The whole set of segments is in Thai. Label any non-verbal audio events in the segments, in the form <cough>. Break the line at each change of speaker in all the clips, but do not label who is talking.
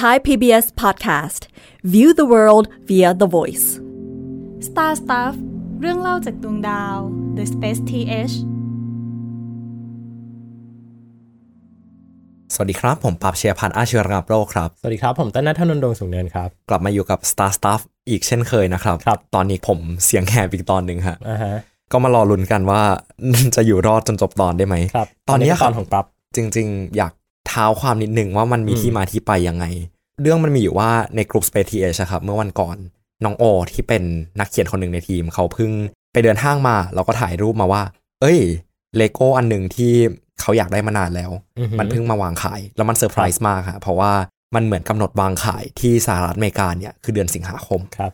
Thai PBS Podcast View the world via the voice
Star Stuff เรื่องเล่าจากดวงดาว The Space TH
สวัสดีครับ ผมปรับเชียร์พันธ์อาชีวรังับโลกครับ
สวัสดีครับ ผมต้นนัทธนนท์ดวงสูงเนินครับ
กลับมาอยู่กับ Star Stuff อีกเช่นเคยนะครับ
ครับ
ตอนนี้ผมเสียงแหบอีกตอนหนึ่งฮะ
อ่าฮะ
ก็มารอลุ้นกันว่า <laughs> จะอยู่รอดจนจบตอนได้ไหม
ครับ
ตอนนี้
ก็ตอนของปรับ
จริง ๆ อยากเท้าความนิดนึงว่ามันมี
อืม
ที่มาที่ไปยังไง เรื่องมันมีอยู่ว่าในกลุ่ม Space TH อะครับเมื่อวันก่อน น้องโอที่เป็นนักเขียนคนหนึ่งในทีม เขาเพิ่งไปเดินห้างมา แล้วก็ถ่ายรูปมาว่า เอ้ยเลโก้อันหนึ่งที่เขาอยากได้มานานแล้ว
อือฮึ
มันเพิ่งมาวางขาย แล้วมันเซอร์ไพรส์มากค่ะเพราะว่ามันเหมือนกำหนดวางขายที่สหรัฐอเมริกาเนี่ยคือเดือนสิงหาคม
ครับ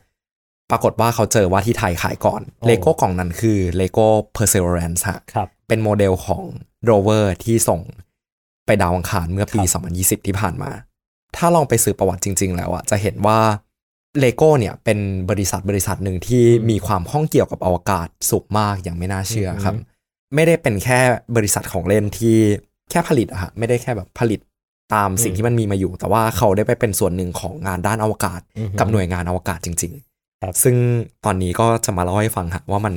ปรากฏว่าเขาเจอว่าที่ไทยขายก่อน
โอ้
เลโก้กล่องนั้นคือเลโก้ Perseverance ฮะ
ครับ
เป็นโมเดลของโรเวอร์ที่ส่งไปดาวอังคารเมื่อปี
ครับ
2020 ที่ผ่านมา ถ้าลองไปสืบประวัติจริง ๆ แล้วอะจะเห็นว่าเลโก้เนี่ยเป็นบริษัทบริษัทหนึ่งที่มีความข้องเกี่ยวกับอวกาศสูงมากอย่างไม่น่าเชื่อครับ ไม่ได้เป็นแค่บริษัทของเล่นที่แค่ผลิตอะฮะไม่ได้แค่แบบผลิตตามสิ่ง
อืม
ที่มันมีมาอยู่ แต่ว่าเขาได้ไปเป็นส่วนหนึ่งของงานด้านอวกาศ
อือฮึ
กับหน่วยงานอวกาศจริง
ครับ
ซึ่งตอนนี้ก็จะมาเล่าให้ฟังฮะว่ามัน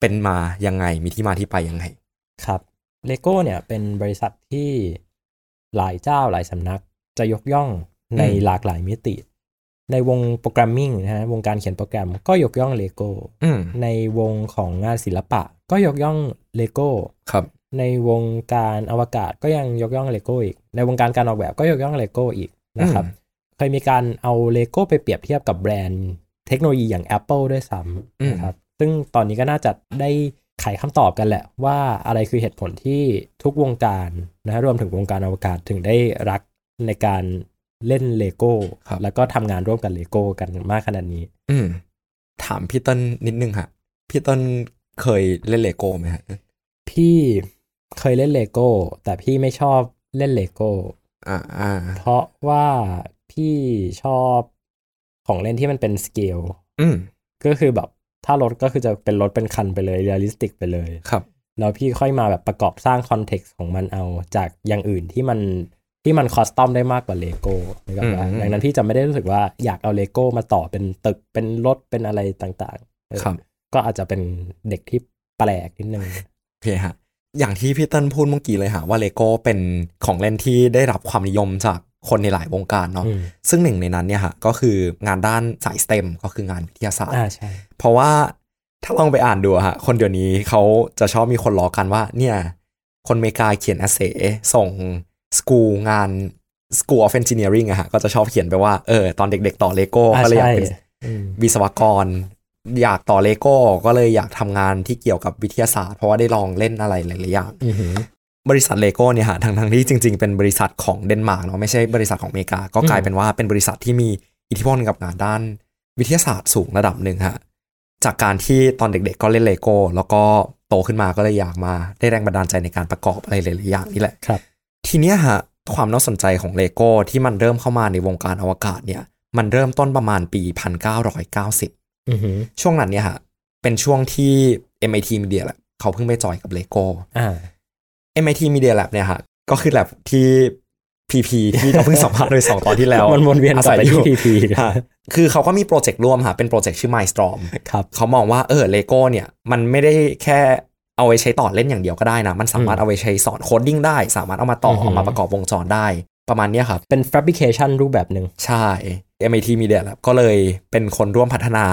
เป็นมายังไงมีที่มาที่ไปยังไง
ครับเลโก้เนี่ยเป็นบริษัทที่หลายเจ้าหลายสำนักจะยกย่องใน
อืม
หลากหลายมิติ ในวงโปรแกรมมิ่งนะฮะวงการเขียนโปรแกรมก็ยกย่องเลโก้
อืม
ในวงของงานศิลปะ ก็ยกย่องเลโก้
ครับ
ในวงการอวกาศก็ยังยกย่องเลโก้อีก ในวงการการออกแบบก็ยกย่องเลโก้อีกนะครับ
อืม
เคยมีการเอาเลโก้ไปเปรียบเทียบกับแบรนด์เทคโนโลยีอย่าง Apple ด้วยซ้ำนะครับ ซึ่งตอนนี้ก็น่าจะได้ไขคำตอบกันแหละ ว่าอะไรคือเหตุผลที่ทุกวงการนะฮะรวมถึงวงการอวกาศถึงได้รักในการเล่นเลโก้
ครับ
แล้วก็ทำงานร่วมกันเลโก้กันมากขนาดนี้
อืมถามพี่เต้นนิดนึงฮะพี่เต้นเคยเล่นเลโก้ไหมฮะ
พี่เคยเล่นเลโก้ แต่พี่ไม่ชอบเล่นเลโก้
อ่าอ่า
เพราะว่าพี่ชอบของเล่นที่มันเป็นสเกล
อืม
ก็คือแบบถ้ารถก็คือจะเป็นรถเป็นคันไปเลยเรียลลิสติกไปเลย
ครับ
แล้วพี่ค่อยมาแบบประกอบสร้างคอนเท็กซ์ของมันเอาจากอย่างอื่นที่มันที่มันคอสตอมได้มากกว่าเลโก้นะครับ
อืม
ดังนั้นพี่จะไม่ได้รู้สึกว่าอยากเอาเลโก้มาต่อเป็นตึกเป็นรถเป็นอะไรต่างๆเออ
ครับ
ก็อาจจะเป็นเด็กที่แปลกนิดนึง
โอเคฮะ อย่างที่พี่เติ้ลพูดเมื่อกี้เลยฮะว่าเลโก้เป็นของเล่นที่ได้รับความนิยมจากคนในหลายวงการเนาะ
อืม
ซึ่งหนึ่งในนั้นเนี่ยฮะก็คืองานด้านสายสเต็มก็คืองานวิทยาศาสตร์
อ่าใช่
เพราะว่าถ้าลองไปอ่านดูอะฮะ คนเดี๋ยวนี้เขาจะชอบมีคนล้อกันว่า เนี่ย คนอเมริกาเขียนอเสส่งสกูงาน School of Engineering อะฮะ ก็จะชอบเขียนไปว่า เออ ตอนเด็กๆ ต่อเลโก้
อ่า
ก็เลยอยาก
ใช่
เป็น
อืม
วิศวกร อยากต่อเลโก้ก็เลยอยากทำงานที่เกี่ยวกับวิทยาศาสตร์เพราะว่าได้ลองเล่นอะไรหลายๆอย่าง
อือหือบ
ริษัทเลโก้เนี่ยฮะทางทางที่จริง ๆ เป็นบริษัทของเดนมาร์กเนาะไม่ใช่บริษัทของอเมริกา ก็กลายเป็นว่าเป็นบริษัทที่มีอิทธิพลกับงานด้านวิทยาศาสตร์สูงระดับหนึ่งฮะจากการที่ตอนเด็ก ๆ ก็เล่นเลโก้แล้วก็โตขึ้นมาก็เลยอยากมาได้แรงบันดาลใจในการประกอบอะไรหลายๆอย่างนี่แหละ
ครับ
ทีเนี้ยฮะความน่าสนใจของเลโก้ที่มันเริ่มเข้ามาในวงการอวกาศเนี่ยมันเริ่มต้นประมาณปี 1990
อือหือ
ช่วงนั้นเนี่ยฮะ เป็นช่วงที่ MIT Media Lab เขาเพิ่งไปจอยกับ Lego
อ่า
MIT Media Lab เนี่ยฮะ ก็คือ lab ที่ PP ที่เราเพิ่งสัมภาษณ์โดยสองตอนที่แล้ว
มันวนเวียนกลับไปที่
อาศัอ
พี
ยู่
พี
ฮะคือเขาก็มีโปรเจกต์ร่วมฮะ เป็นโปรเจกต์ชื่อ Mindstorm
ครับ
เขามองว่าเออเลโก้เนี่ย มันไม่ได้แค่เอาไว้ใช้ต่อเล่นอย่างเดียวก็ได้นะ มันสามารถ
อืม
เอาไว้ใช้สอนโคดดิ้งได้ สามารถเอามาต่อ
อือหือ
เอามาประกอบวงจรได้ ประมาณเนี้ยครับ
เป็น fabrication รูปแบบหนึ่ง
ใช่ MIT Media Lab ก็เลยเป็นคนร่วมพัฒนา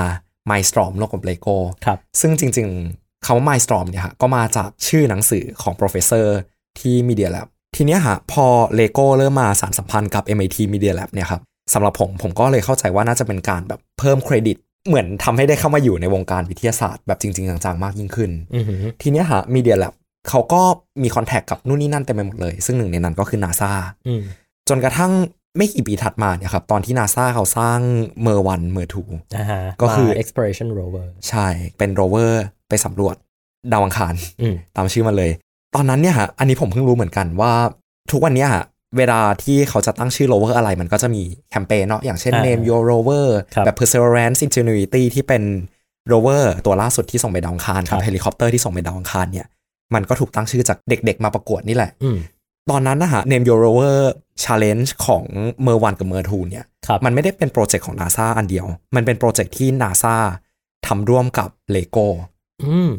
Mindstorm ร่วมกับ Lego
ครับ
ซึ่งจริงๆ คำว่า Mindstorm เนี่ยฮะก็มาจากชื่อหนังสือของ professor ที่ Media Lab ทีเนี้ยฮะพอ Lego เริ่มมาสารสัมพันธ์กับ MIT Media Lab เนี่ยครับสำหรับผมผมก็เลยเข้าใจว่าน่าจะเป็นการแบบเพิ่มเครดิต เหมือนทำให้ได้เข้ามาอยู่ในวงการวิทยาศาสตร์แบบจริง ๆ จังๆ มากยิ่งขึ้น
อือหือ
ทีเนี้ยฮะ Media Lab เขาก็มีคอนแทคกับนู่นนี่นั่นเต็มไปหมดเลย ซึ่งหนึ่งในนั้นก็คือ NASA
อืม
จนกระทั่งไม่กี่ปีถัดมาเนี่ยครับตอนที่ NASA เขาสร้างเมอร์วันเมอร์ทู
อ่าฮะ
ก็คือ
มา exploration rover
ใช่เป็นโรเวอร์ไปสำรวจดาวอังคาร
อืม
ตามชื่อมันเลย ตอนนั้นเนี่ยฮะ อันนี้ผมเพิ่งรู้เหมือนกันว่า ทุกวันเนี้ยฮะ เวลาที่เขาจะตั้งชื่อโรเวอร์อะไร มันก็จะมีแคมเปญเนาะ อย่างเช่น
อ่า
name your rover
ครับ
แบบ perseverance ingenuity ที่เป็นโรเวอร์ตัวล่าสุดที่ส่งไปดาวอังคารกับเฮลิคอปเตอร์ที่ส่งไปดาวอังคารเนี่ย มันก็ถูกตั้งชื่อจากเด็กๆมาประกวดนี่แหละ
อืม
ตอนนั้นนะฮะ Name Your Rover Challenge ของเมอร์วันกับเมอร์ทูเนี่ย
ครับ
มันไม่ได้เป็นโปรเจกต์ของ NASA อันเดียว มันเป็นโปรเจกต์ที่ NASA ทำร่วมกับ LEGO
อืม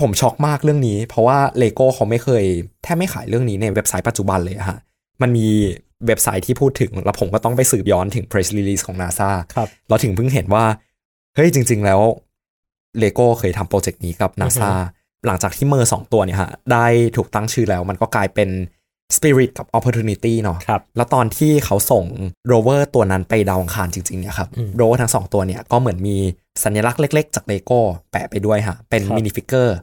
ผมช็อกมากเรื่องนี้ เพราะว่า LEGO เขาไม่เคย แทบไม่ขายเรื่องนี้ในเว็บไซต์ปัจจุบันเลยอะฮะ มันมีเว็บไซต์ที่พูดถึง แล้วผมก็ต้องไปสืบย้อนถึง press release ของ NASA
ครับ
เราถึงเพิ่งเห็นว่า เฮ้ยจริง ๆ แล้วเลโก้เคยทำโปรเจกต์นี้กับนาซาหลังจากที่เมอร์สองตัวเนี่ยฮะ ได้ถูกตั้งชื่อแล้วมันก็กลายเป็น Spirit กับ Opportunity เนาะ
ครับ
แล้วตอนที่เขาส่งโรเวอร์ตัวนั้นไปดาวอังคารจริงๆเนี่ยครับ
อืม
โรเวอร์ทั้งสองตัวเนี่ยก็เหมือนมีสัญลักษณ์เล็ก ๆ จากเลโก้แปะไปด้วยฮะ เป็น
ครับ
มินิฟิกเกอร์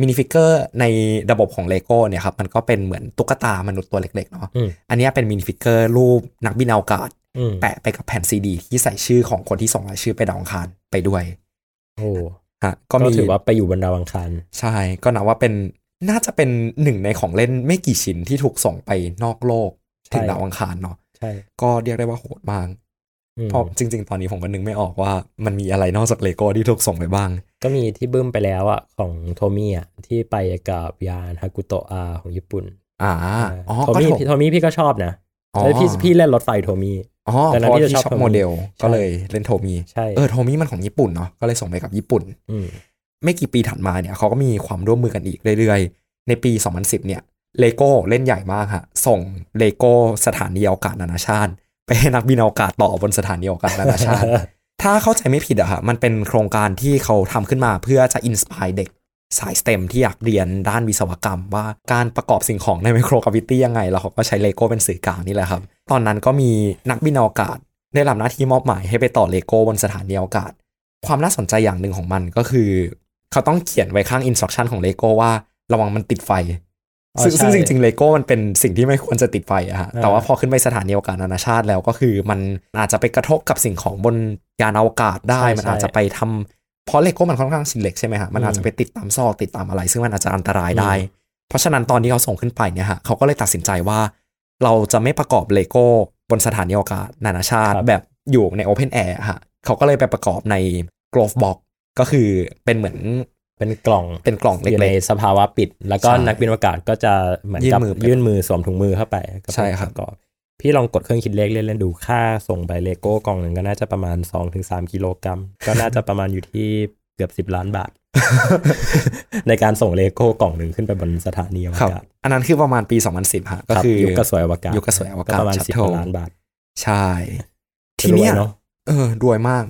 มินิฟิกเกอร์ในระบบของเลโก้เนี่ยครับมันก็เป็นเหมือนตุ๊กตามนุษย์ตัวเล็กๆเนาะ
อืม
อันเนี้ยเป็นมินิฟิกเกอร์รูปนักบินอวกาศ
อืม
แปะไปกับแผ่นซีดีที่ใส่ชื่อของคนที่ส่งรายชื่อไปดาวอังคารไปด้วย
โอ้
ฮะก็
ก็
มี
ถือว่าไปอยู่บนดาวอังคาร
ใช่ก็นับว่าเป็นน่าจะเป็นหนึ่งในของเล่นไม่กี่ชิ้นที่ถูกส่งไปนอกโลกถึงดาวอังคารเนาะ
ใช่
ก็เรียกได้ว่าโหดมาก
อืม
เพราะจริง ๆ ตอนนี้ผมก็นึกไม่ออกว่ามันมีอะไรนอกจากเลโก้ที่ถูกส่งไปบ้าง
ก็มีที่บึ้มไปแล้วอ่ะของโทมี่อ่ะที่ไปกับยานฮากุโตะอาของญี่ปุ่น
อ่าอ๋อ
โท
ก็
มี่
ถูก
พี่โทมี่พี่ก็ชอบนะ
อ๋อ
แล้วพี่พี่เล่นรถไฟโทมี่
อ๋อ
แต่
เพ
นั้น
ราะ
พี่จะ
ที่
ชอบ
ชอบ
โทมิ
โมเดล
ใช่
ก็เลยเล่นโทมี
ใช่
เออโทมีมันของญี่ปุ่นเนาะก็เลยส่งไปกับญี่ปุ่น
ม
ไม่กี่ปีถัดมาเนี่ยเขาก็มีความร่วมมือกันอีกเรื่อยๆ ในปี 2010 เนี่ยเลโก้เล่นใหญ่มากฮะส่งเลโก้สถานีอวกาศนานาชาติ ไปให้นักบินอวกาศต่อบนสถานีอวกาศนานาชาติ <laughs> ถ้าเข้าใจไม่ผิดอะฮะมันเป็นโครงการที่เขาทำขึ้นมาเพื่อจะอินสปายเด็ก สายสเต็มที่อยากเรียนด้านวิศวกรรม ว่าการประกอบสิ่งของในไมโครกราฟิตี้ยังไง แล้วเขาก็ใช้เลโก้เป็นสื่อกลางนี่แหละครับ ตอนนั้นก็มีนักบินอวกาศ ได้รับหน้าที่มอบหมายให้ไปต่อเลโก้บนสถานีอวกาศ ความน่าสนใจอย่างหนึ่งของมันก็คือ เขาต้องเขียนไว้ข้างอินสตรักชันของเลโก้ว่าระวังมันติดไฟ
อ๋อ
ซึ่ง
ใช่
ซึ่งจริงๆเลโก้มันเป็นสิ่งที่ไม่ควรจะติดไฟอะฮะ
อ่า
แต่ว่าพอขึ้นไปสถานีอวกาศนานาชาติแล้วก็คือ มันอาจจะไปกระทบกับสิ่งของบนยานอวกาศได้
ใช่
มันอาจจะไปทำเพราะเลโก้มันค่อนข้างชิ้นเล็กใช่ไหมฮะ มันอาจจะไปติดตามซอกติดตามอะไร ซึ่งมันอาจจะอันตรายได้
อืม
เพราะฉะนั้นตอนที่เขาส่งขึ้นไปเนี่ยฮะเขาก็เลยตัดสินใจว่า เราจะไม่ประกอบเลโก้บนสถานีอวกาศนานาชาติ
ครับ
แบบอยู่ใน Open Air อะฮะเขาก็เลยไปประกอบใน Glove Box ก็คือเป็นเหมือน
เป็นกล่อง
เป็นกล่อง
อยู่ใน
เล็ก
สภาวะปิด แล้วก็
ใช่
นักบินอวกาศก็จะเหมือนกับ
ยื่นมือไป
ยื่นมือสวมถุงมือเข้าไปก็เป็น
ใช่ครับ
ประกอพี่ลองกดเครื่องคิดเลขเล่นๆดูค่าส่งไปเลโก้กล่องหนึ่งก็น่าจะประมาณ 2-3 กิโลกรัม ก็น่าจะประมาณอยู่ที่เกือบ 10 ล้าน
<laughs>
บาท ในการส่งเลโก้กล่องหนึ่งขึ้นไปบนสถานีอว
ๆครับ
กาศ
อันนั้นคือประมาณปี 2010ฮะก็
รับ
คือ
ยุคกระสวยอวกาศ
ยุคกระสวยอวกาศ
ประมาณ
ชัตเทิล
10ล้านบาท
ใช่
<laughs>
ทีเนี้ย
รวเนาะ
เออรวยมาก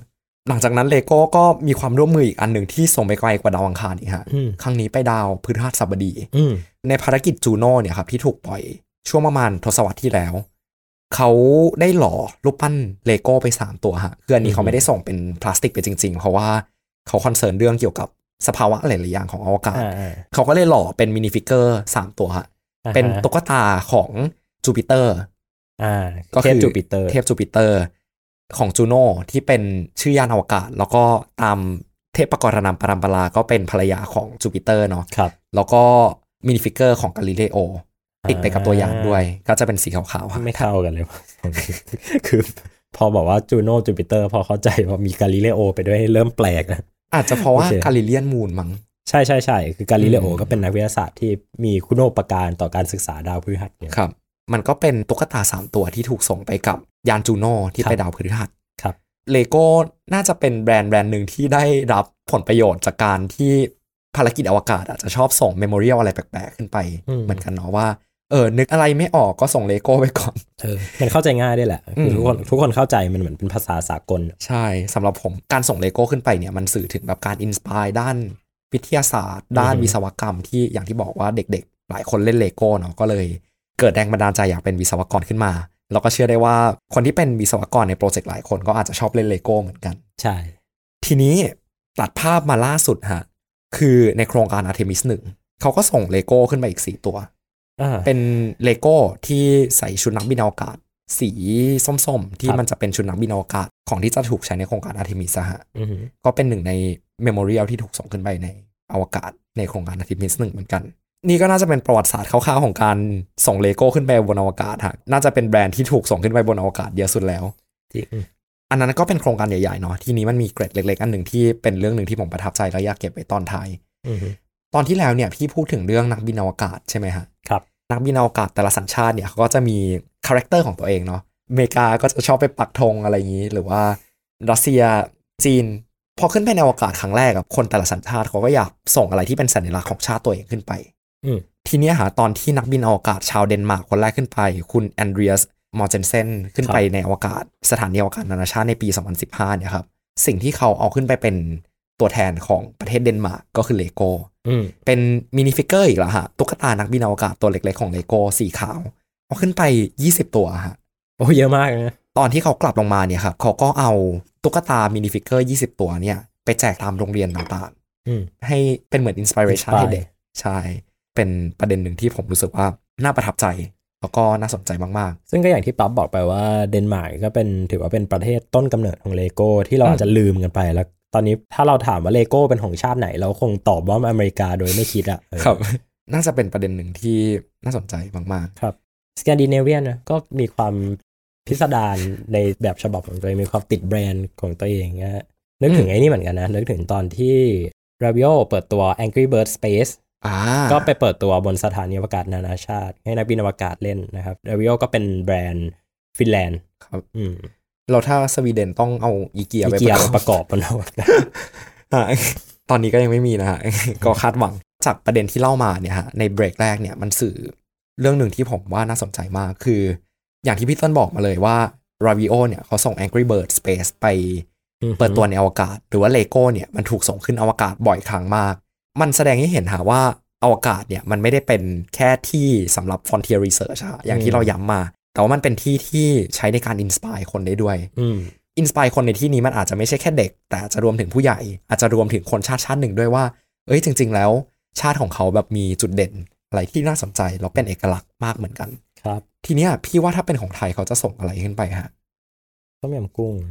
หลังจากนั้นเลโก้ก็มีความร่วมมืออีกอันหนึ่งที่ส่งไปไกลกว่าดาวอังคารอีกฮะ
อืม
ครั้งนี้ไปดาวพฤหัสบดี
อืม
ในภารกิจจูโน่เนี่ยครับที่ถูกปล่อยช่วงประมาณทศวรรษที่แล้ว เขาได้หล่อรูปปั้นเลโก้ไป 3 ตัวฮะคืออันนี้เขาไม่ได้ส่งเป็นพลาสติกไปจริง ๆ เพราะว่าเขาคอนเซิร์นเรื่องเกี่ยวกับสภาวะหลายๆอย่างของอวกาศ
อ่าอ่า
เขาก็เลยหล่อเป็นมินิฟิกเกอร์ 3 ตัวฮะ
อ่า
เป็นตุ๊กตาของจูปิเตอร์
อ่า
ก็
เท
คือ
พจูปิเตอร์
เทพจูปิเตอร์ของจูโน่ที่เป็นชื่อยานอวกาศ แล้วก็ตามเทพประกรณามปรัมปราก็เป็นภรรยาของจูปิเตอร์เนาะ
ครับ
แล้วก็มินิฟิกเกอร์ของกาลิเลโอติดไปกับตัวยานด้วย ก็จะเป็นสีขาวๆฮะ
ไม่เข้ากันเลย <laughs> ว่ะ คือพอบอกว่าจูโน่จูปิเตอร์พอเข้าใจว่ามีกาลิเลโอไปด้วยเริ่มแปลกนะ
อาจจะเพราะว่า
โอเค
กาลิเลียนมูนมั้ง
ใช่ใช่ใช่คือกาลิเลโอ
อืม
ก็เป็นนักวิทยาศาสตร์ที่มีคุณูปการต่อการศึกษาดาวพฤหัสเนี่ย
ครับ มันก็เป็นตุ๊กตา 3 ตัวที่ถูกส่งไปกับยานจูโน่ที่
ครับ
ไปดาวพฤหัส
ครับ
เลโก้น่าจะเป็นแบรนด์แบรนด์หนึ่งที่ได้รับผลประโยชน์จากการที่ภารกิจอวกาศอาจจะชอบส่งเมมโมเรียลอะไรแปลกๆ ขึ้นไป เหมือนกันเนาะว่าเออนึกอะไรไม่ออกก็ส่งเลโก้ไปก่อน
เออมันเข้าใจง่ายด้วยแหละคือทุกคนทุกคนเข้าใจมันเหมือนเป็นภาษาสากล
ใช่สำหรับผมการส่งเลโก้ขึ้นไปเนี่ยมันสื่อถึงแบบการอินสปายด้านวิทยาศาสตร์ ด้าน
อือฮึ
วิศวกรรมที่อย่างที่บอกว่าเด็กๆ หลายคนเล่นเลโก้เนาะก็เลยเกิดแรงบันดาลใจอยากเป็นวิศวกรขึ้นมา แล้วก็เชื่อได้ว่าคนที่เป็นวิศวกรในโปรเจกต์หลายคนก็อาจจะชอบเล่นเลโก้เหมือนกัน
ใช่
ทีนี้ตัดภาพมาล่าสุดฮะคือในโครงการอาร์เทมิสหนึ่งเขาก็ส่งเลโก้ขึ้นไปอีกสี่ตัว
อ่า
เป็นเลโก้ที่ใส่ชุดนักบินอวกาศ สีส้มๆ ที่
ครับ
มันจะเป็นชุดนักบินอวกาศของที่จะถูกใช้ในโครงการอาร์เทมิสฮะ
อือหือ
ก็เป็นหนึ่งในเมมโมเรียลที่ถูกส่งขึ้นไปในอวกาศในโครงการอาร์ติมิสหนึ่งเหมือนกัน นี่ก็น่าจะเป็นประวัติศาสตร์คร่าวๆของการส่งเลโก้ขึ้นไปบนอวกาศฮะน่าจะเป็นแบรนด์ที่ถูกส่งขึ้นไปบนอวกาศเยอะสุดแล้ว
จริง
อันนั้นก็เป็นโครงการใหญ่ๆเนาะทีนี้มันมีเกร็ดเล็กๆ อันหนึ่งที่เป็นเรื่องหนึ่งที่ผมประทับใจและอยากเก็บไว้ตอนท้าย
อือหือ
ตอนที่แล้วเนี่ยพี่พูดถึงเรื่องนักบินอวกาศใช่ไหมฮะ
ครับ
นักบินอวกาศแต่ละสัญชาติเนี่ยเขาก็จะมีคาแรคเตอร์ของตัวเองเนาะอเมริกาก็จะชอบไปปักธงอะไรอย่างนี้ หรือว่ารัสเซียจีน พอขึ้นไปในอวกาศครั้งแรกกับคนแต่ละสัญชาติเขาก็อยากส่งอะไรที่เป็นสัญลักษณ์ของชาติตัวเองขึ้นไป
อืม
ทีเนี้ยหาตอนที่นักบินอวกาศชาวเดนมาร์กคนแรกขึ้นไป คุณแอนเดรียสมอร์เจนเซนขึ้นไปในอวกาศ สถานีอวกาศนานาชาติในปี 2015 เนี่ยครับสิ่งที่เขาเอาขึ้นไปเป็นตัวแทนของประเทศเดนมาร์กก็คือเลโก้
อืม
เป็นมินิฟิกเกอร์อีกแล้วฮะ ตุ๊กตานักบินอวกาศตัวเล็กๆของเลโก้สีขาว เอาขึ้นไป 20 ตัวฮะ
โอ้เยอะมากนะ
ตอนที่เขากลับลงมาเนี่ยครับเขาก็เอาตุ๊กตามินิฟิกเกอร์ 20 ตัวเนี่ย ไปแจกตามโรงเรียนต่าง
อืม
ๆ ให้เป็นเหมือนอินสปิเรชัน
Inspire
ให้เด็ก ใช่ เป็นประเด็นหนึ่งที่ผมรู้สึกว่า น่าประทับใจ แล้วก็น่าสนใจมาก
ซึ่งก็อย่างที่ปั๊บบอกไปว่าเดนมาร์กก็เป็นถือว่าเป็นประเทศต้นกำเนิดของเลโก้ที่เรา
อืม
อาจจะลืมกันไปแล้ว ตอนนี้ถ้าเราถามว่าเลโก้เป็นของชาติไหน เราคงตอบว่าอเมริกาโดยไม่คิดอะเออ
ๆ น่าจะเป็นประเด็นหนึ่งที่น่าสนใจมาก
ครับสแกนดิเนเวียนนะก็มีความพิสดารในแบบฉบับของตัวเองมีความติดแบรนด์ของตัวเองนะฮะนึกถึงไอ้นี่เหมือนกันนะ นึกถึงตอนที่ r a b i o เปิดตัว Angry Bird Space
ๆอ่า
ก็ไปเปิดตัวบนสถานีอวกาศนานาชาติ ให้นักบินอวกาศเล่นนะครับ r a b i o ก็เป็นแบรนด์ฟินแลนด์
ครับ
อืม
เราถ้าสวีเดนต้องเอาอีเกีย
อี
ไป
เกีย
ประกอบ
มาประกอบมันเอา
อ่ะ <laughs> ตอนนี้ก็ยังไม่มีนะฮ <laughs> ะ ก็คาดหวังจากประเด็นที่เล่ามาเนี่ยฮะในเบรกแรกเนี่ยมันสื่อเรื่องหนึ่งที่ผมว่าน่าสนใจมากคือ อย่างที่พี่ต้นบอกมาเลยว่า r a v i o เนี่ยเขาส่ง Angry Bird Space ไปเปิดตัวในอวกาศ หรือว่า Lego เนี่ยมันถูกส่งขึ้นอวกาศบ่อยครั้งมาก มันแสดงให้เห็นหาว่าอวกาศเนี่ยมันไม่ได้เป็นแค่ที่สำหรับ frontier research อะอย่างที่เราย้ำมา แต่ว่ามันเป็นที่ที่ใช้ในการ inspire คนได้ด้วย
อืม
อินสปายคนในที่นี้มันอาจจะไม่ใช่แค่เด็ก แต่อาจจะรวมถึงผู้ใหญ่ อาจจะรวมถึงคนชาติชาติหนึ่งด้วยว่า เอ้ยจริง ๆ แล้ว ชาติของเขาแบบมีจุดเด่น อะไรที่น่าสนใจแล้วเป็นเอกลักษณ์มากเหมือนกัน
ครับ
ทีเนี้ยพี่ว่าถ้าเป็นของไทยเขาจะส่งอะไรขึ้นไปฮะ
ต้มยำกุ้ง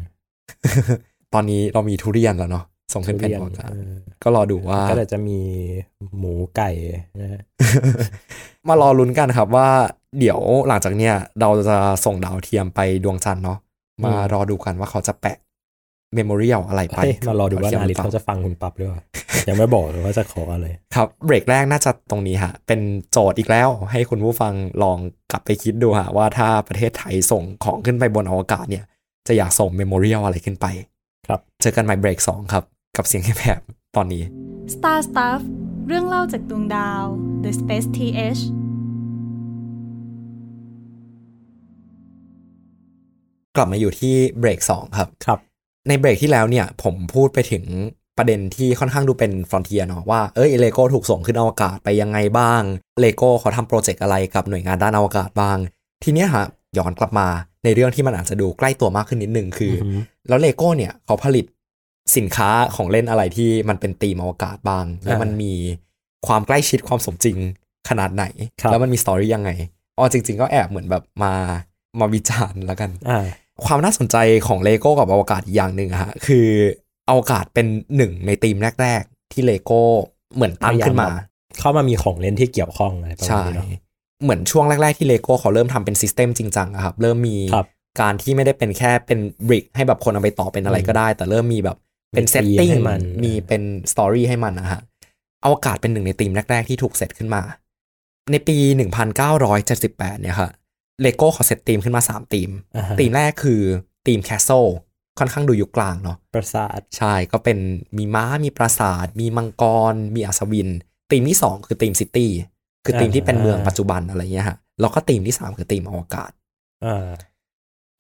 ตอนนี้เรามีทุเรียนแล้วเนาะส่งขึ้นเป็น
ทุรีย
อวกาศ
เออ
ก็รอดูว่า
ก็เดี๋ยวจะมีหมูไก่นะฮะ
<laughs> มารอลุ้นกันครับว่าเดี๋ยวหลังจากเนี้ยเราจะส่งดาวเทียมไปดวงจันทร์เนาะมารอดูกันว่าเขาจะแปะเมมโมเรียลอะไรไป
เฮ้ยมารอดูว่า
เทียม
นา
ห
ริ
อปล่
สเขาจะฟังคุณปั๊บด้วยยังไม่บอกเลยว่าจะขออะไร
ครับเบรกแรกน่าจะตรงนี้ฮะ เป็นโจทย์อีกแล้วให้คุณผู้ฟังลองกลับไปคิดดูฮะ ว่าถ้าประเทศไทยส่งของขึ้นไปบนอวกาศเนี่ย จะอยากส่งเมมโมเรียลอะไรขึ้นไป
ครับ
เจอกันใหม่เบรก 2 ครับ กับเสียงแหบๆตอนนี้
Star Stuff เรื่องเล่าจากดวงดาว The Space TH e
กลับมาอยู่ที่เบรก 2 ครับ
ครับ
ในเบรกที่แล้วเนี่ย ผมพูดไปถึงประเด็นที่ค่อนข้างดูเป็นฟรอนเทียเนาะว่าเอ้ยเลโก้ถูกส่งขึ้นอวกาศไปยังไงบ้างเลโก้เขาทำโปรเจกต์อะไรกับหน่วยงานด้านอวกาศบ้าง ทีเนี้ยฮะย้อนกลับมาในเรื่องที่มันอาจจะดูใกล้ตัวมากขึ้นนิดนึงคืออ แล้วเลโก้เนี่ยเขาผลิตสินค้าของเล่นอะไรที่มันเป็นตีมอวกาศบ้าง แล้วมันมีความใกล้ชิดความสมจริงขนาดไหน
ครับ
แล้วมันมีสตอรี่ยังไงอ๋อจริง ๆ ก็แอบเหมือนแบบมามาวิจารณ์แล้วกัน
อ่า
ความน่าสนใจของเลโก้กับอวกาศอีกอย่างหนึ่งอะฮะคืออวกาศเป็นหนึ่งในธีมแรก ๆ ที่เลโก้เหมือนตั้งขึ้นมา
พยายามแบบ เข้ามามีของเล่นที่เกี่ยวข้องอะไรประมา
ใช่
ณนี้เนาะ
เหมือนช่วงแรก ๆ ที่เลโก้เขาเริ่มทำเป็นซิสเต็มจริงจังอะครับ เริ่มมี
ครับ
การที่ไม่ได้เป็นแค่เป็นบริกให้แบบคนเอาไปต่อเป็นอะไรก็ได้ แต่เริ่มมีแบบเป็น
มี
เซต
theme
ติ้ง
ให้มัน
มีเป็นสตอรี่ให้มันนะฮะอวกาศเป็นหนึ่งในธีมแรก ๆ ที่ถูกเซตขึ้นมา ในปี 1978 เนี่ยครับเลโก้เขาเซตธีมขึ้นมา 3 ธีม
อ่าฮะ
ธีมแรกคือธีมแคสโซค่อนข้างดูยุคกลางเนาะ
ประสาท
ใช่ ก็เป็นมีม้า มีปราสาท มีมังกร มีอัศวิน ธีมที่ 2 คือธีมซิตี้ คือธีมที่เป็นเมือง
อ่า
ปัจจุบันอะไรเงี้ยฮะ แล้วก็ธีมที่ 3 คือธีมอวกาศ
อ่า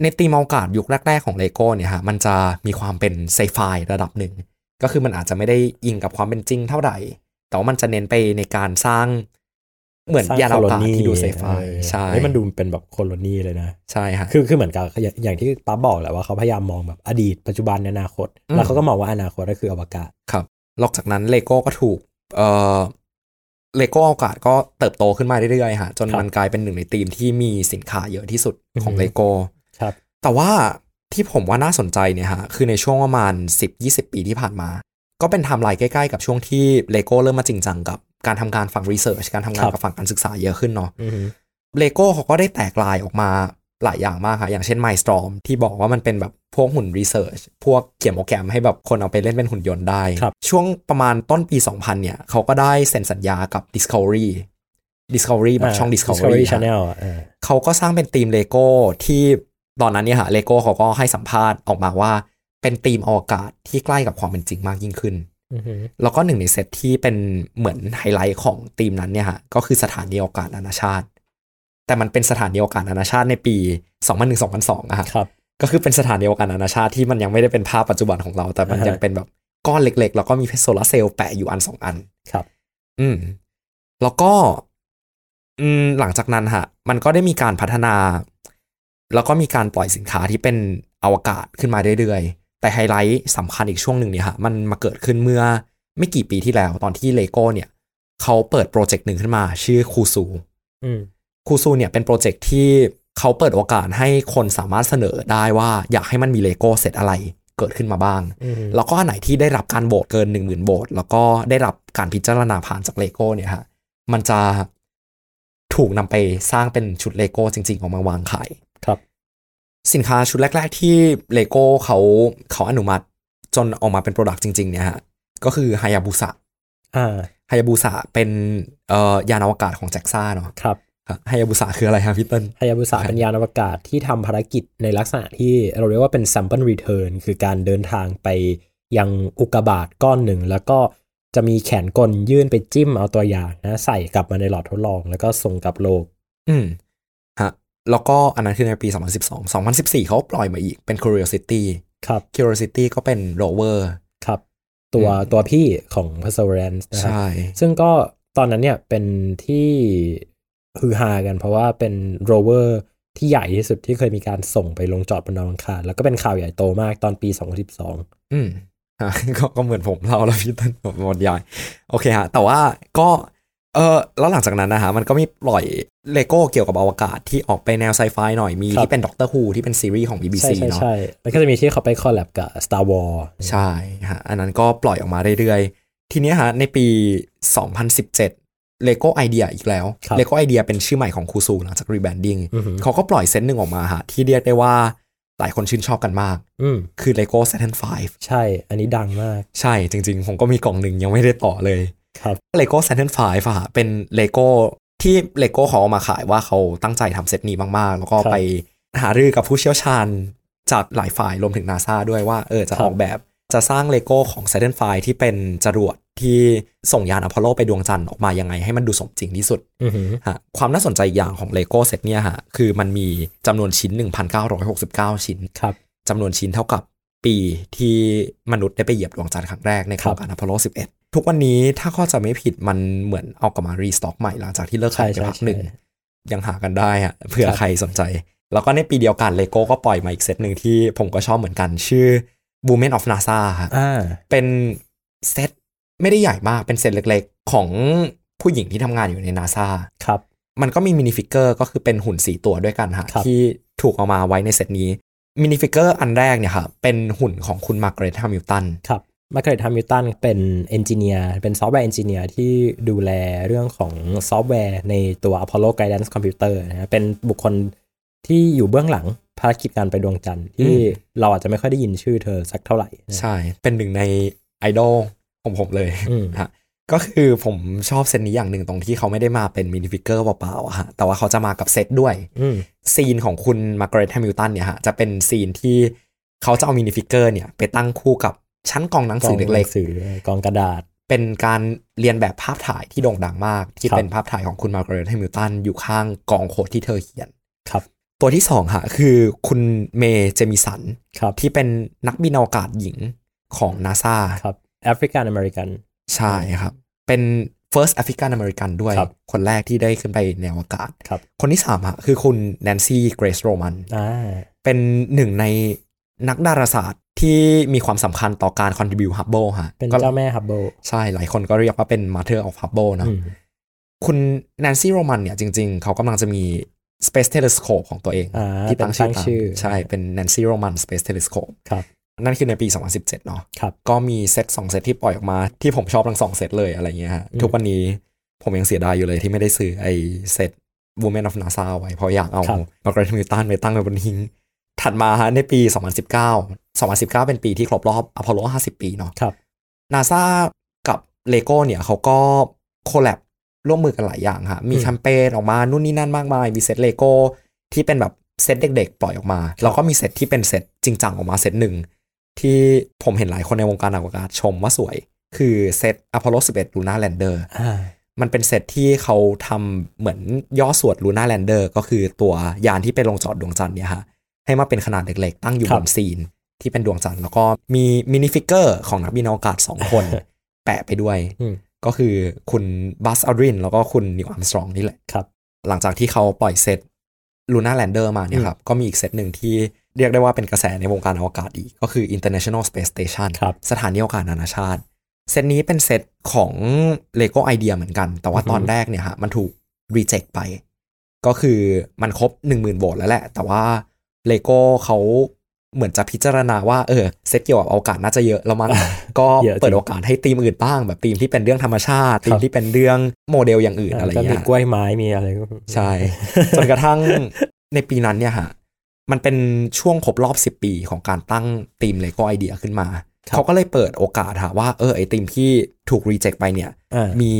ในธีมอวกาศยุคแรก ๆ ของเลโก้เนี่ยฮะ มันจะมีความเป็นไซไฟระดับหนึ่ง ก็คือมันอาจจะไม่ได้อิงกับความเป็นจริงเท่าไหร่ แต่ว่ามันจะเน้นไปในการสร้างเหมือน
สร้ง
ยานอวกาศ
colony
ที่ดูไซไฟ
เออ
ใช่
เฮ้ยมันดูเป็นแบบโคโลนีเลยนะ
ใช่ฮะ
คือคือเหมือนกับอย่างอย่างที่ปั๊บบอกแหละว่าเขาพยายามมองแบบอดีตปัจจุบันอนาคต แล้วเขาก็มองว่าอนาคตก็คืออวกาศ
ครับนอกจากนั้นเลโก้ก็ถูก เอ่อเลโก้อวกาศก็เติบโตขึ้นมาเรื่อยๆฮะจน
ครับ
มันกลายเป็นหนึ่งในทีมที่มีสินค้าเยอะที่สุดของ
อือฮึ
เลโก้
ครับ
แต่ว่าที่ผมว่าน่าสนใจเนี่ยฮะ คือในช่วงประมาณ 10-20 ปีที่ผ่านมา ก็เป็นไทม์ไลน์ใกล้ๆ กับช่วงที่เลโก้เริ่มมาจริงจังกับการทำการฝั่งรีเสิร์ชการทำงาน
ครับ
กับฝั่งการศึกษาเยอะขึ้นเนาะ
อือฮึ
เลโก้เขาก็ได้แตกลายออกมาหลายอย่างมากค่ะอย่างเช่น Mindstorm ที่บอกว่ามันเป็นแบบพวกหุ่นรีเสิร์ชพวกเขียนโปรแกรมให้แบบคนเอาไปเล่นเป็นหุ่นยนต์ได้ ช่วงประมาณต้นปี 2000 เนี่ย เขาก็ได้เซ็นสัญญากับ Discovery Discovery แบบ
า
ช่อง Discovery ฮะ
Channel อ่ะเออ
เขาก็สร้างเป็นทีมเลโก้ที่ตอนนั้นเนี่ยฮะเลโก้เขาก็ให้สัมภาษณ์ออกมาว่า เป็นทีมอวกาศที่ใกล้กับความเป็นจริงมากยิ่งขึ้น
อือหือ
แล้วก็หนึ่งในเซตที่เป็นเหมือนไฮไลท์ของทีมนั้นเนี่ยฮะก็คือสถานีอวกาศนานาชาติ แต่มันเป็นสถานีอวกาศนานาชาติในปี 2001-2002อะฮะ
ครับ
ก็คือเป็นสถานีอวกาศนานาชาติที่มันยังไม่ได้เป็นภาพปัจจุบันของเรา แต่มัน
อ่าฮะ
ยังเป็นแบบก้อนเล็ก ๆ แล้วก็มีโซลาร์เซลล์แปะอยู่อันสองอัน
ครับ
อืมแล้วก็อืมหลังจากนั้นฮะ มันก็ได้มีการพัฒนา แล้วก็มีการปล่อยสินค้าที่เป็นอวกาศขึ้นมาเรื่อยๆ แต่ไฮไลท์สำคัญอีกช่วงหนึ่งเนี่ยฮะ มันมาเกิดขึ้นเมื่อไม่กี่ปีที่แล้ว ตอนที่เลโก้เนี่ย เขาเปิดโปรเจกต์หนึ่งขึ้นมาชื่อคูซู
อืม
คูซูเนี่ยเป็นโปรเจกต์ที่เขาเปิดโอกาสให้คนสามารถเสนอได้ว่าอยากให้มันมีเลโก้เสร็จอะไรเกิดขึ้นมาบ้าง
อือหือ
แล้วก็อันไหนที่ได้รับการโหวตเกิน 1 0,000โหวตแล้วก็ได้รับการพิจารณาผ่านจากเลโก้เนี่ยฮะมันจะถูกนำไปสร้างเป็นชุดเลโก้จริง ๆ ออกมาวางขาย
ครับ
สินค้าชุดแรก ๆ ที่เลโก้เขาเขาอนุมัติจนออกมาเป็นโปรดักต์จริง ๆ เนี่ยฮะก็คือ h ายาบุสะ
อ่า
ฮายาบุสะเป็นเอ่อยานอวกาศของแจ็กซ่าเนาะ
ครับ
ฮายาบุสะคืออะไรฮะพี่เติ้ล
ฮายาบุสะ
ครับ
เป็นยานอวกาศที่ทำภารกิจในลักษณะที่เราเรียกว่าเป็น sample return คือการเดินทางไปยังอุกกาบาตก้อนหนึ่ง แล้วก็จะมีแขนกลยื่นไปจิ้มเอาตัวอย่างนะใส่กลับมาในหลอดทดลอง แล้วก็ส่งกลับโลก
อืมฮะแล้วก็อันนั้นคือในปี 2012 2014 เขาปล่อยมาอีกเป็น Curiosity
ครับ
Curiosity ก็เป็น rover
ครับ ตัว
อืม
ตัวพี่ของ perseverance นะครับ
ใช่
ซึ่งก็ตอนนั้นเนี่ยเป็นที่ฮือฮากันเพราะว่าเป็นโรเวอร์ที่ใหญ่ที่สุดที่เคยมีการส่งไปลงจอดบนดาวอังคารแล้วก็เป็นข่าวใหญ่โตมากตอนปี 2012
อืมฮะ <laughs> ก็ก็เหมือนผมเล่าแล้วพี่ต้นผมหมดยาย โอเคฮะ แต่ว่าก็เออแล้วหลังจากนั้นนะฮะ มันก็มีปล่อยเลโก้เกี่ยวกับอวกาศที่ออกไปแนวไซไฟหน่อยมี
ครับ
ที่เป็นด็อกเตอร์ฮูที่เป็นซีรีส์ของ BBC
ใช่ใช่
เนาะ
ใช่แล้วก็จะมีที่เขาไปคอลแลบกับ Star Wars
ใช่ฮะ อันนั้นก็ปล่อยออกมาเรื่อยๆ ทีเนี้ยฮะ ในปี 2017 Lego Idea อีกแล้ว
ครับ
Lego Idea เป็นชื่อใหม่ของคูซูหลังจาก rebranding
อือหือ
เขาก็ปล่อยเซตหนึ่งออกมาฮะที่เรียกได้ว่าหลายคนชื่นชอบกันมาก
อืม
คือ Lego Saturn 5
ใช่ อันนี้ดังมาก
ใช่ จริงๆ ผมก็มีกล่องหนึ่งยังไม่ได้ต่อเลย
ครับ
Lego Saturn 5อะฮะเป็น Lego ที่ Lego เขาเอามาขายว่าเขาตั้งใจทำเซตนี้มากๆ แล้วก็
ครับ
ไปหารือกับผู้เชี่ยวชาญจากหลายฝ่ายรวมถึง NASA ด้วยว่าเออจะ
ครับ
ออกแบบจะสร้าง Lego ของ Saturn 5ที่เป็นจรวดที่ส่งยานอพอลโลไปดวงจันทร์ออกมายังไงให้มันดูสมจริงที่สุด
อือหือ
ฮะความน่าสนใจอีกอย่างของ Lego เซตเนี่ยฮะคือมันมีจำนวนชิ้น 1,969 ชิ้น
ครับ
จำนวนชิ้นเท่ากับปีที่มนุษย์ได้ไปเหยียบดวงจันทร์ครั้งแรกในโครง
ครับ
การอพอลโล 11 ทุกวันนี้ถ้าข้อจะไม่ผิดมันเหมือนเอากลับมารีสต็อกใหม่หลังจากที่เลิก
ใช่
ขายไป
ใช่
พัก
ใช่
หนึ่ง ยังหากันได้ฮะเผื่อใครสนใจ แล้วก็ในปีเดียวกันเลโก้ก็ปล่อยมาอีกเซตหนึ่งที่ผมก็ชอบเหมือนกันชื่อ w o m e n of NASA ฮะ
อ่า
เป็นเซตไม่ได้ใหญ่มากเป็นเซตเล็กๆ ของผู้หญิงที่ทำงานอยู่ใน NASA
ครับ
มันก็มีมินิฟิกเกอร์ก็คือเป็นหุ่นสีตัวด้วยกันฮะ
ครับ
ที่ถูกเอามาไว้ในเซตนี้มินิฟิกเกอร์อันแรกเนี่ยค่ะเป็นหุ่นของคุณมาร์กาเร็ตฮามิลตัน
ครับมาเกรตฮามิลตันเป็นเอนจิเนียร์เป็นซอฟต์แวร์เอนจิเนียร์ที่ดูแลเรื่องของซอฟต์แวร์ในตัว Apollo Guidance Computer นะฮะเป็นบุคคลที่อยู่เบื้องหลังภารกิจการไปดวงจันทร์ที่เราอาจจะไม่ค่อยได้ยินชื่อเธอสักเท่าไหร่นะ
ใช่ เป็นหนึ่งในไอดอลของผมเลย
อืม
ก็คือผมชอบเซตนี้อย่างหนึ่งตรงที่เขาไม่ได้มาเป็นมินิฟิกเกอร์เปล่าๆอะฮะแต่ว่าเขาจะมากับเซตด้วย
อืม
ซีนของคุณมาร์กาเร็ตแฮมิลตันเนี่ยฮะจะเป็นซีนที่เขาจะเอามินิฟิกเกอร์เนี่ยไปตั้งคู่กับชั้นกองหนังสือเล็กๆ
สื่อๆกองกระดาษ
เป็นการเรียนแบบภาพถ่ายที่โด่งดังมาก ที่
ครับ
เป็นภาพถ่ายของคุณมาร์กาเร็ตแฮมิลตันอยู่ข้างกองโคดที่เธอเขียน
ครับ
ตัวที่สองฮะคือคุณเมย์เจมิสัน
ครับ
ที่เป็นนักบินอวกาศหญิงของนาซา
ครับแอฟริกันอเมริกัน
ใช่ครับ เป็น first African American ด้วย
ครับ
คนแรกที่ได้ขึ้นไปในอวกาศ
ครับ
คนที่สามฮะคือคุณแนนซี่เกรซโรมัน
อ่า
เป็นหนึ่งในนักดาราศาสตร์ที่มีความสำคัญต่อการ contribute Hubble ฮะ
เป็น
ก็
เจ้าแม่ฮับเบิล
ใช่หลายคนก็เรียกว่าเป็น mother of Hubble เนอะ คุณแนนซี่โรมันเนี่ยจริงๆ เขากำลังจะมี Space Telescope ของตัวเอง
อ่า
ที่ตั้งชื่อตาม
ชื่อ
ใช่เป็น Nancy Roman Space Telescope
ครับ
นั่นคือในปี 2017 เนาะ
ครับ
ก็มีเซตสองเซตที่ปล่อยออกมาที่ผมชอบทั้งสองเซตเลยอะไรเงี้ยฮะ
อืม
ทุกวันนี้ผมยังเสียดายอยู่เลยที่ไม่ได้ซื้อไอเซต Women of NASA ไว้เพราะอยากเอามาร์กาเร็ตมิลตันไปตั้งไว้บนหิ้งถัดมาฮะในปี 2019 2019 เป็นปีที่ครบรอบอพอลโล 50 ปีเนาะ
ครับ
นาซากับเลโก้เนี่ยเขาก็โคแลบ ร่วมมือกันหลายอย่างฮะมี
อืม
แคมเปญออกมานู่นนี่นั่นมากมายมีเซตเลโก้ที่เป็นแบบเซตเด็กๆ ปล่อยออกมา แล้วก็มีเซตที่เป็นเซตจริงจังออกมาเซตหนึ่งที่ผมเห็นหลายคนในวงการอวกาศชมว่าสวย คือเซต Apollo 11 Lunar Lander
อ่า
มันเป็นเซตที่เขาทำเหมือนย่อส่วนลูน่าแลนเดอร์ก็คือตัวยานที่ไปลงจอดดวงจันทร์เนี่ยฮะให้มาเป็นขนาดเล็กๆ ตั้งอยู่บนซีนที่เป็นดวงจันทร์ แล้วก็มีมินิฟิกเกอร์ของนักบินอวกาศ 2 คน แปะไปด้วย
อืม
ก็คือคุณบัสอัลรินแล้วก็คุณนิวอัมสตรองนี่แหละ
ครับ
หลังจากที่เขาปล่อยเซตลูน่าแลนเดอร์มาเนี่ยครับก็มีอีกเซตหนึ่งที่เรียกได้ว่าเป็นกระแสในวงการอวกาศอีก ก็คือ International Space Station
ครับ
สถานีอวกาศนานาชาติ เซตนี้เป็นเซตของ Lego Idea เหมือนกัน แต่ว่าตอนแรกเนี่ยฮะมันถูก reject ไป ก็คือมันครบ 10,000 โหวตแล้วแหละ แต่ว่า Lego เขาเหมือนจะพิจารณาว่าเออเซตเกี่ยวกับอวกาศน่าจะเยอะแล้ว
<laughs>
มั้ง ก็
เยอะจริง
เปิดโอกาสให้ธีมอื่นบ้าง แบบธีมที่เป็นเรื่องธรรมชาติธี
ครั
ม
บ
ที่เป็นเรื่องโมเดลอย่างอื่นอะไรอ
ก็
ย่าง
มี
เงี้ย
กล้วยไม้มีอะไรก็
ใช่ <laughs> จนกระทั่งในปีนั้นเนี่ยฮะมันเป็นช่วงครบรอบ 10 ปีของการตั้งทีมเลโก้ไอเดียขึ้นมา เขาก็เลยเปิดโอกาสฮะว่าเออไอทีมที่ถูกรีเจ็คไปเนี่ย <laughs>
อ่า
มี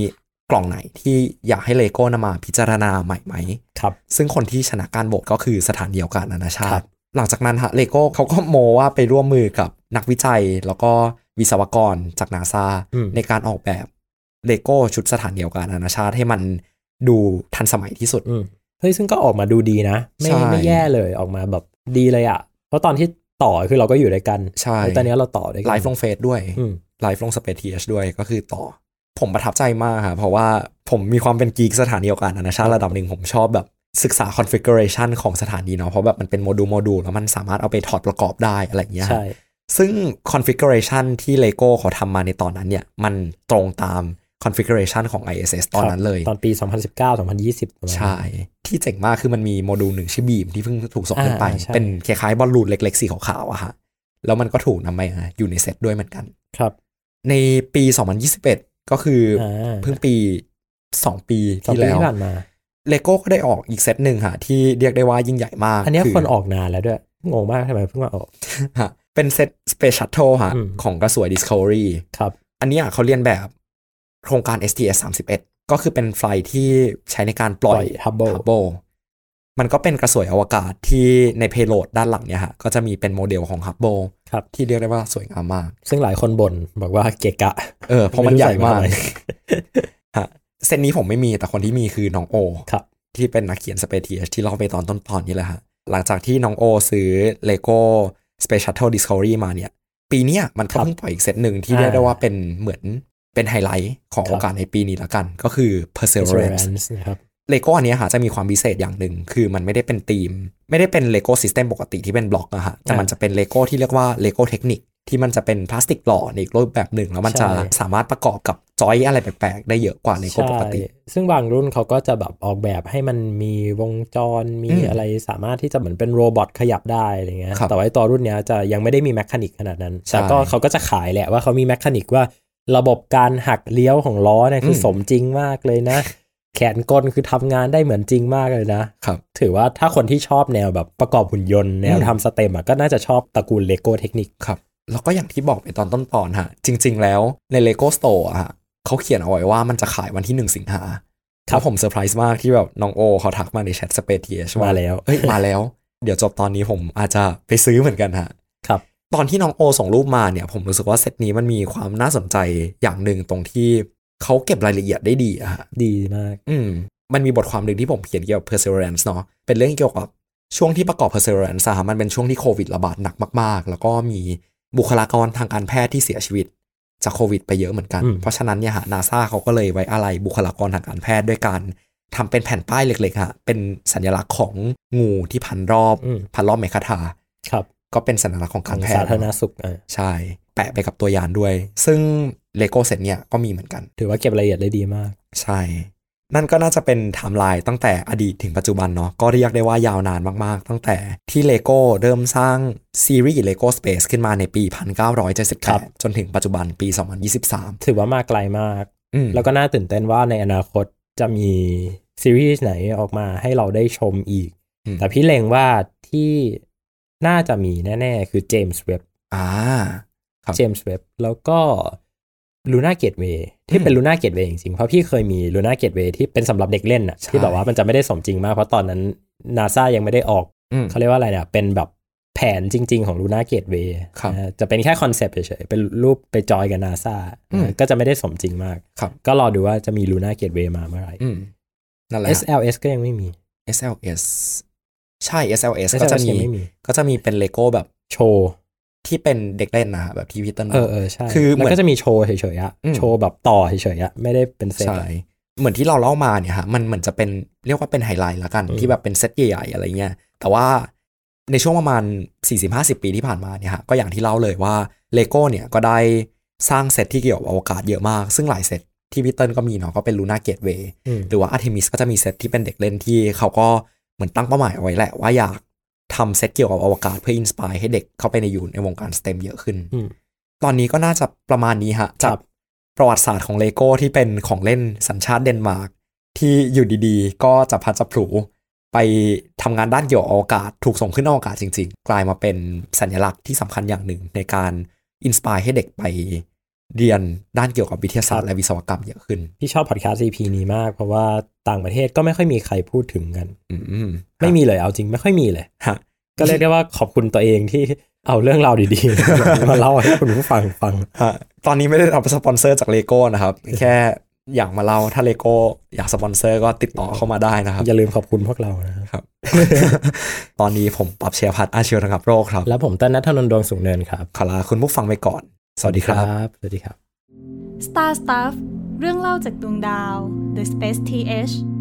กล่องไหนที่อยากให้เลโก้นำมาพิจารณาใหม่ไหม
ครับ
ซึ่งคนที่ชนะการโหวตก็คือสถานเดียวกันนานาชา
ครั
ติ
บ
หลังจากนั้นฮะเลโก้เขาก็โมว่าไปร่วมมือกับนักวิจัย แล้วก็วิศวกรจากนาซา
อืม
ในการออกแบบเลโก้ชุดสถานเดียวกันนานาชาติให้มันดูทันสมัยที่สุด
อืมเฮ้ยซึ่งก็ออกมาดูดีนะ ไม่
ใช่
ไม่แย่เลยออกมาแบบดีเลยอะ่ะ เพราะตอนที่ต่อคือเราก็อยู่ด้วยกัน
ใช่
แล้วตอนนี้เราต่อด้วยกั
ไลฟ์ลงเฟซด้วย
อืม
ไลฟ์ลงสเปซทีเอชด้วยก็คือต่อ ผมประทับใจมากค่ะเพราะว่าผมมีความเป็นกีกสถานีอวกาศนานาชาติระดับหนึ่งผมชอบแบบศึกษาคอนฟิกเรชันของสถานีเนาะเพราะแบบมันเป็นโมดูลโมดูลแล้วมันสามารถเอาไปถอดประกอบได้อะไรอย่างเงี้ย
ใช่
ซึ่งคอนฟิกเรชันที่ LEGO เขาทำมาในตอนนั้นเนี่ยมันตรงตามคอนฟิกเรชันของ ISS ตอนนั้นเลย
ตอนปี 2019 2020ประมาณ
ใช่ ที่เจ๋งมากคือมันมีโมดูลหนึ่งชื่อบีมที่เพิ่งถูกส่งขึ้นไป
อ่าใช่
เป็นคล้ายๆบอลลูนเล็กๆสีขาวๆอะฮะแล้วมันก็ถูกนำมาอยู่ในเซตด้วยเหมือนกัน
ครับ
ในปี 2021 ก็คืออา เพิ่งปี 2 ปี
สอง
ที่
ปี
แล้ว
ที่ผ่านมา
เลโก้ก็ได้ออกอีกเซตหนึ่งค่ะ ที่เรียกได้ว่ายิ่งใหญ่มาก
อันเนี้ยคนออกนานแล้วด้วย งงมากทำไมเพิ่งมาออก
ฮะเป็นเซต Space Shuttle ฮะ
อืม
ของกระสวย Discovery
ครับ
อันเนี้ยเขาเรียนแบบโครงการ STS 31 ก็คือเป็นไฟล์ที่ใช้ในการปล่อย
ปล่อย Hubble
Hubble มันก็เป็นกระสวยอวกาศที่ในเพโลดด้านหลังเนี่ยฮะก็จะมีเป็นโมเดลของ Hubble
ครับ
ที่เรียกได้ว่าสวยงามมาก
ซึ่งหลายคนบ่นบอกว่าเกะกะ
เออเพราะมันใหญ่มาก
ไม่รู้ใส่มาทำไ
ฮะเส้นนี้ผมไม่มีแต่คนที่มีคือน้องโอ
ครับ
ที่เป็นนักเขียนสเปเทียที่เล่าไปตอนต้นตอนนี้แหละฮะ หลังจากที่น้องโอซื้อ Lego Space Shuttle Discovery มาเนี่ย ปีเนี้ยมันก็
ครับ
เพิ่งปล่อยอีกเซตหนึ่งที่
อ่า
เรียกได้ว่าเป็นเหมือนเป็นไฮไลท์ของโอกาสในปีนี้ละกัน ก็คือ Perseverance
Perseverance นะครับ
เลโก้อันเนี้ยฮะจะมีความพิเศษอย่างหนึ่ง คือมันไม่ได้เป็นทีม ไม่ได้เป็นเลโก้ซิสเต็มปกติที่เป็นบล็อกอะฮะแต่
อ่ามั
มันจะเป็นเลโก้ที่เรียกว่าเลโก้เทคนิคที่มันจะเป็นพลาสติกหล่อในอีกรูปแบบหนึ่ง แล้วมันจะ
ใช่
สามารถประกอบกับจอยอะไรแปลกๆ ได้เยอะกว่าเลโก้ปกติ
ใช่ซึ่งบางรุ่นเขาก็จะแบบออกแบบให้มันมีวงจร มี
อืม
อะไรสามารถที่จะเหมือนเป็นโรบอทขยับได้อะไรเงี้ย
ครับ
แต่ว่าไอ้ตัวรุ่นเนี้ยจะยังไม่ได้มีแมคคานิกขนาดนั้น
ใช่
แต่ก็เขาก็จะขายแหละว่าเขามีแมคคานิกว่าระบบการหักเลี้ยวของล้อเนี่ยคืออ
ม
สมจริงมากเลย
<laughs>
นะ แขนกลคือทำงานได้เหมือนจริงมากเลยนะ
ครับ
ถือว่าถ้าคนที่ชอบแนวแบบประกอบหุ่นยนต์ แนว
อืม
ทำสเต็มอ่ะก็น่าจะชอบตระกูลเลโก้เทคนิค
ครับ แล้วก็อย่างที่บอกไปตอนต้นตอนฮะ จริง ๆ แล้วใน Lego Store อะฮะเขาเขียนเอาไว้ว่ามันจะขายวันที่ 1 สิงหา
ค
แล้
รับ
วผมเซอร์ไพรส์มากที่แบบน้องโอเขาทักมาในแชทสเปซเทีย
มาแล้ว
เอ้ยมาแล้ว เดี๋ยวจบตอนนี้ผมอาจจะไปซื้อเหมือนกันฮะ
ครับ
ตอนที่น้องโอส่งรูปมาเนี่ย ผมรู้สึกว่าเซตนี้มันมีความน่าสนใจอย่างหนึ่งตรงที่เขาเก็บรายละเอียดได้ดีอะฮะ
ดีมาก
อืมมันมีบทความหนึ่งที่ผมเขียนเกี่ยวกับ perseverance เนาะเป็นเรื่องเกี่ยวกับช่วงที่ประกอบ perseverance อะฮะมันเป็นช่วงที่โควิดระบาดหนักมาก ๆ แล้วก็มีบุคลากรทางการแพทย์ที่เสียชีวิต จากโควิดไปเยอะเหมือนกัน
อืม
เพราะฉะนั้นเนี่ยฮะนาซาเขาก็เลยไว้อะไรบุคลากรทางการแพทย์ด้วยการทำเป็นแผ่นป้ายเล็กๆฮะเป็นสัญลักษณ์ของงูที่พันรอบ
อืม
พันรอบเมคาทา
ครับ
ก็เป็นสัญลักษณ์ของ
ข
การ
อ
งแพ
สา
ทย์
ธารณ
เนอะ
สุขอ่ะ
ใช่ แปะไปกับตัวยานด้วย ซึ่งเลโก้เซตเนี่ยก็มีเหมือนกัน
ถือว่าเก็บรายละเอียดได้ดีมาก
ใช่ นั่นก็น่าจะเป็นไทม์ไลน์ตั้งแต่อดีตถึงปัจจุบันเนาะ ก็เรียกได้ว่ายาวนานมาก ๆ ตั้งแต่ที่เลโก้เริ่มสร้างซีรีส์ Lego Space ขึ้นมาในปี
ครับ
1978 จนถึงปัจจุบันปี 2023
ถือว่ามาไกลมาก
อืม
แล้วก็น่าตื่นเต้นว่าในอนาคตจะมีซีรีส์ไหนออกมาให้เราได้ชมอีก
อืม
แต่พี่เลงว่าที่น่าจะมีแน่ ๆ คือเจมส์เว็บ
อ่า ครับ
เจมส์เว็บแล้วก็ ลูน่าเกตเวที่เป็นลูน่าเกตเวจริงๆเพราะพี่เคยมีลูน่าเกตเวที่เป็นสำหรับเด็กเล่นน่ะ
ใช่
ที่แบบว่ามันจะไม่ได้สมจริงมากเพราะตอนนั้นนาซายังไม่ได้ออก
อืม
เขาเรียกว่าอะไรเนี่ยเป็นแบบแผนจริง ๆ ของลูน่าเกตเว
ครับ
จะเป็นแค่คอนเซปต์เฉยๆเป็นรูปไปจอยกับนาซา
อืม
ก็จะไม่ได้สมจริงมาก
ครับ
ก็รอดูว่าจะมีลูน่าเกตเวมาเมื่อไหร่
อืมนั่นแหละฮะ
SLS ก็ยังไม่มี
SLS ใช่ SLS ก็
SLS
จะมี
ยังไม่มี
ก็จะมีเป็นเลโก้แบบ
โชว์
ที่เป็นเด็กเล่นนะฮะแบบที่พี่เต้นบ
เออก เออใช่
คือเหมือน
แล้วก็จะมีโชว์เฉยๆอะ
อืม
โชว์แบบต่อเฉยๆอะไม่ได้เป็นเซต
ใช่
อะ
เหมือนที่เราเล่ามาเนี่ยฮะมันเหมือนจะเป็นเรียกว่าเป็นไฮไลท์ละกัน
อืม
ที่แบบเป็นเซตใหญ่ๆอะไรเงี้ยแต่ว่าในช่วงประมาณ 40-50 ปีที่ผ่านมาเนี่ยฮะก็อย่างที่เล่าเลยว่าเลโก้เนี่ยก็ได้สร้างเซตที่เกี่ยวกับอวกาศเยอะมาก ซึ่งหลายเซตที่พี่เติ้ลก็มีเนาะก็เป็นลูน่าเกตเว
อืม
หรือว่า Artemis ก็จะมีเซตที่เป็นเด็กเล่นที่เขาก็เหมือนตั้งเป้าหมายเอาไว้แหละ ว่าอยากทำเซตเกี่ยวกับอวกาศเพื่ออินสปายให้เด็กเข้าไปในอยู่ในวงการสเต็มเยอะขึ้น
อืม
ตอนนี้ก็น่าจะประมาณนี้ฮะ
ครั
จาก
บ
ประวัติศาสตร์ของเลโก้ที่เป็นของเล่นสัญชาติเดนมาร์กที่อยู่ดีๆ ก็จะพัดจะผลูไปทำงานด้านเกี่ยวกับอวกาศ ถูกส่งขึ้นอวกาศจริง ๆ กลายมาเป็นสัญลักษณ์ที่สำคัญอย่างหนึ่งในการอินสปายให้เด็กไปเรียนด้านเกี่ยวกับวิทยาศาสตร์และวิศวกรรมเยอะขึ้น
พี่ชอบพอดแคสต์ EP นี้มาก เพราะว่าต่างประเทศก็ไม่ค่อยมีใครพูดถึงกัน
อืม
ไม่มีเลยเอาจริงไม่ค่อยมีเลย
ฮะ
ก็เรียกได้ว่าขอบคุณตัวเองที่เอาเรื่องราวดีๆ มาเล่าให้คุณผู้ฟังฟัง
ฮะตอนนี้ไม่ได้รับสปอนเซอร์จากเลโก้นะครับ แค่อยากมาเล่าถ้าเลโก้อยากสปอนเซอร์ก็ติดต่อเข้ามาได้นะครับ
อย่าลืมขอบคุณพวกเรานะครับ
ตอนนี้ผมปรับเชียร์พัดอาชีวระงับโรคครับ
แล้วผมต้นนัทธนนท์ดวงสูงเนินครับ
ขอลาคุณผู้ฟังไปก่อน สวัสดีครับ
สวัสดีครับ
Star Stuff เรื่องเล่าจากดวงดาว The Space TH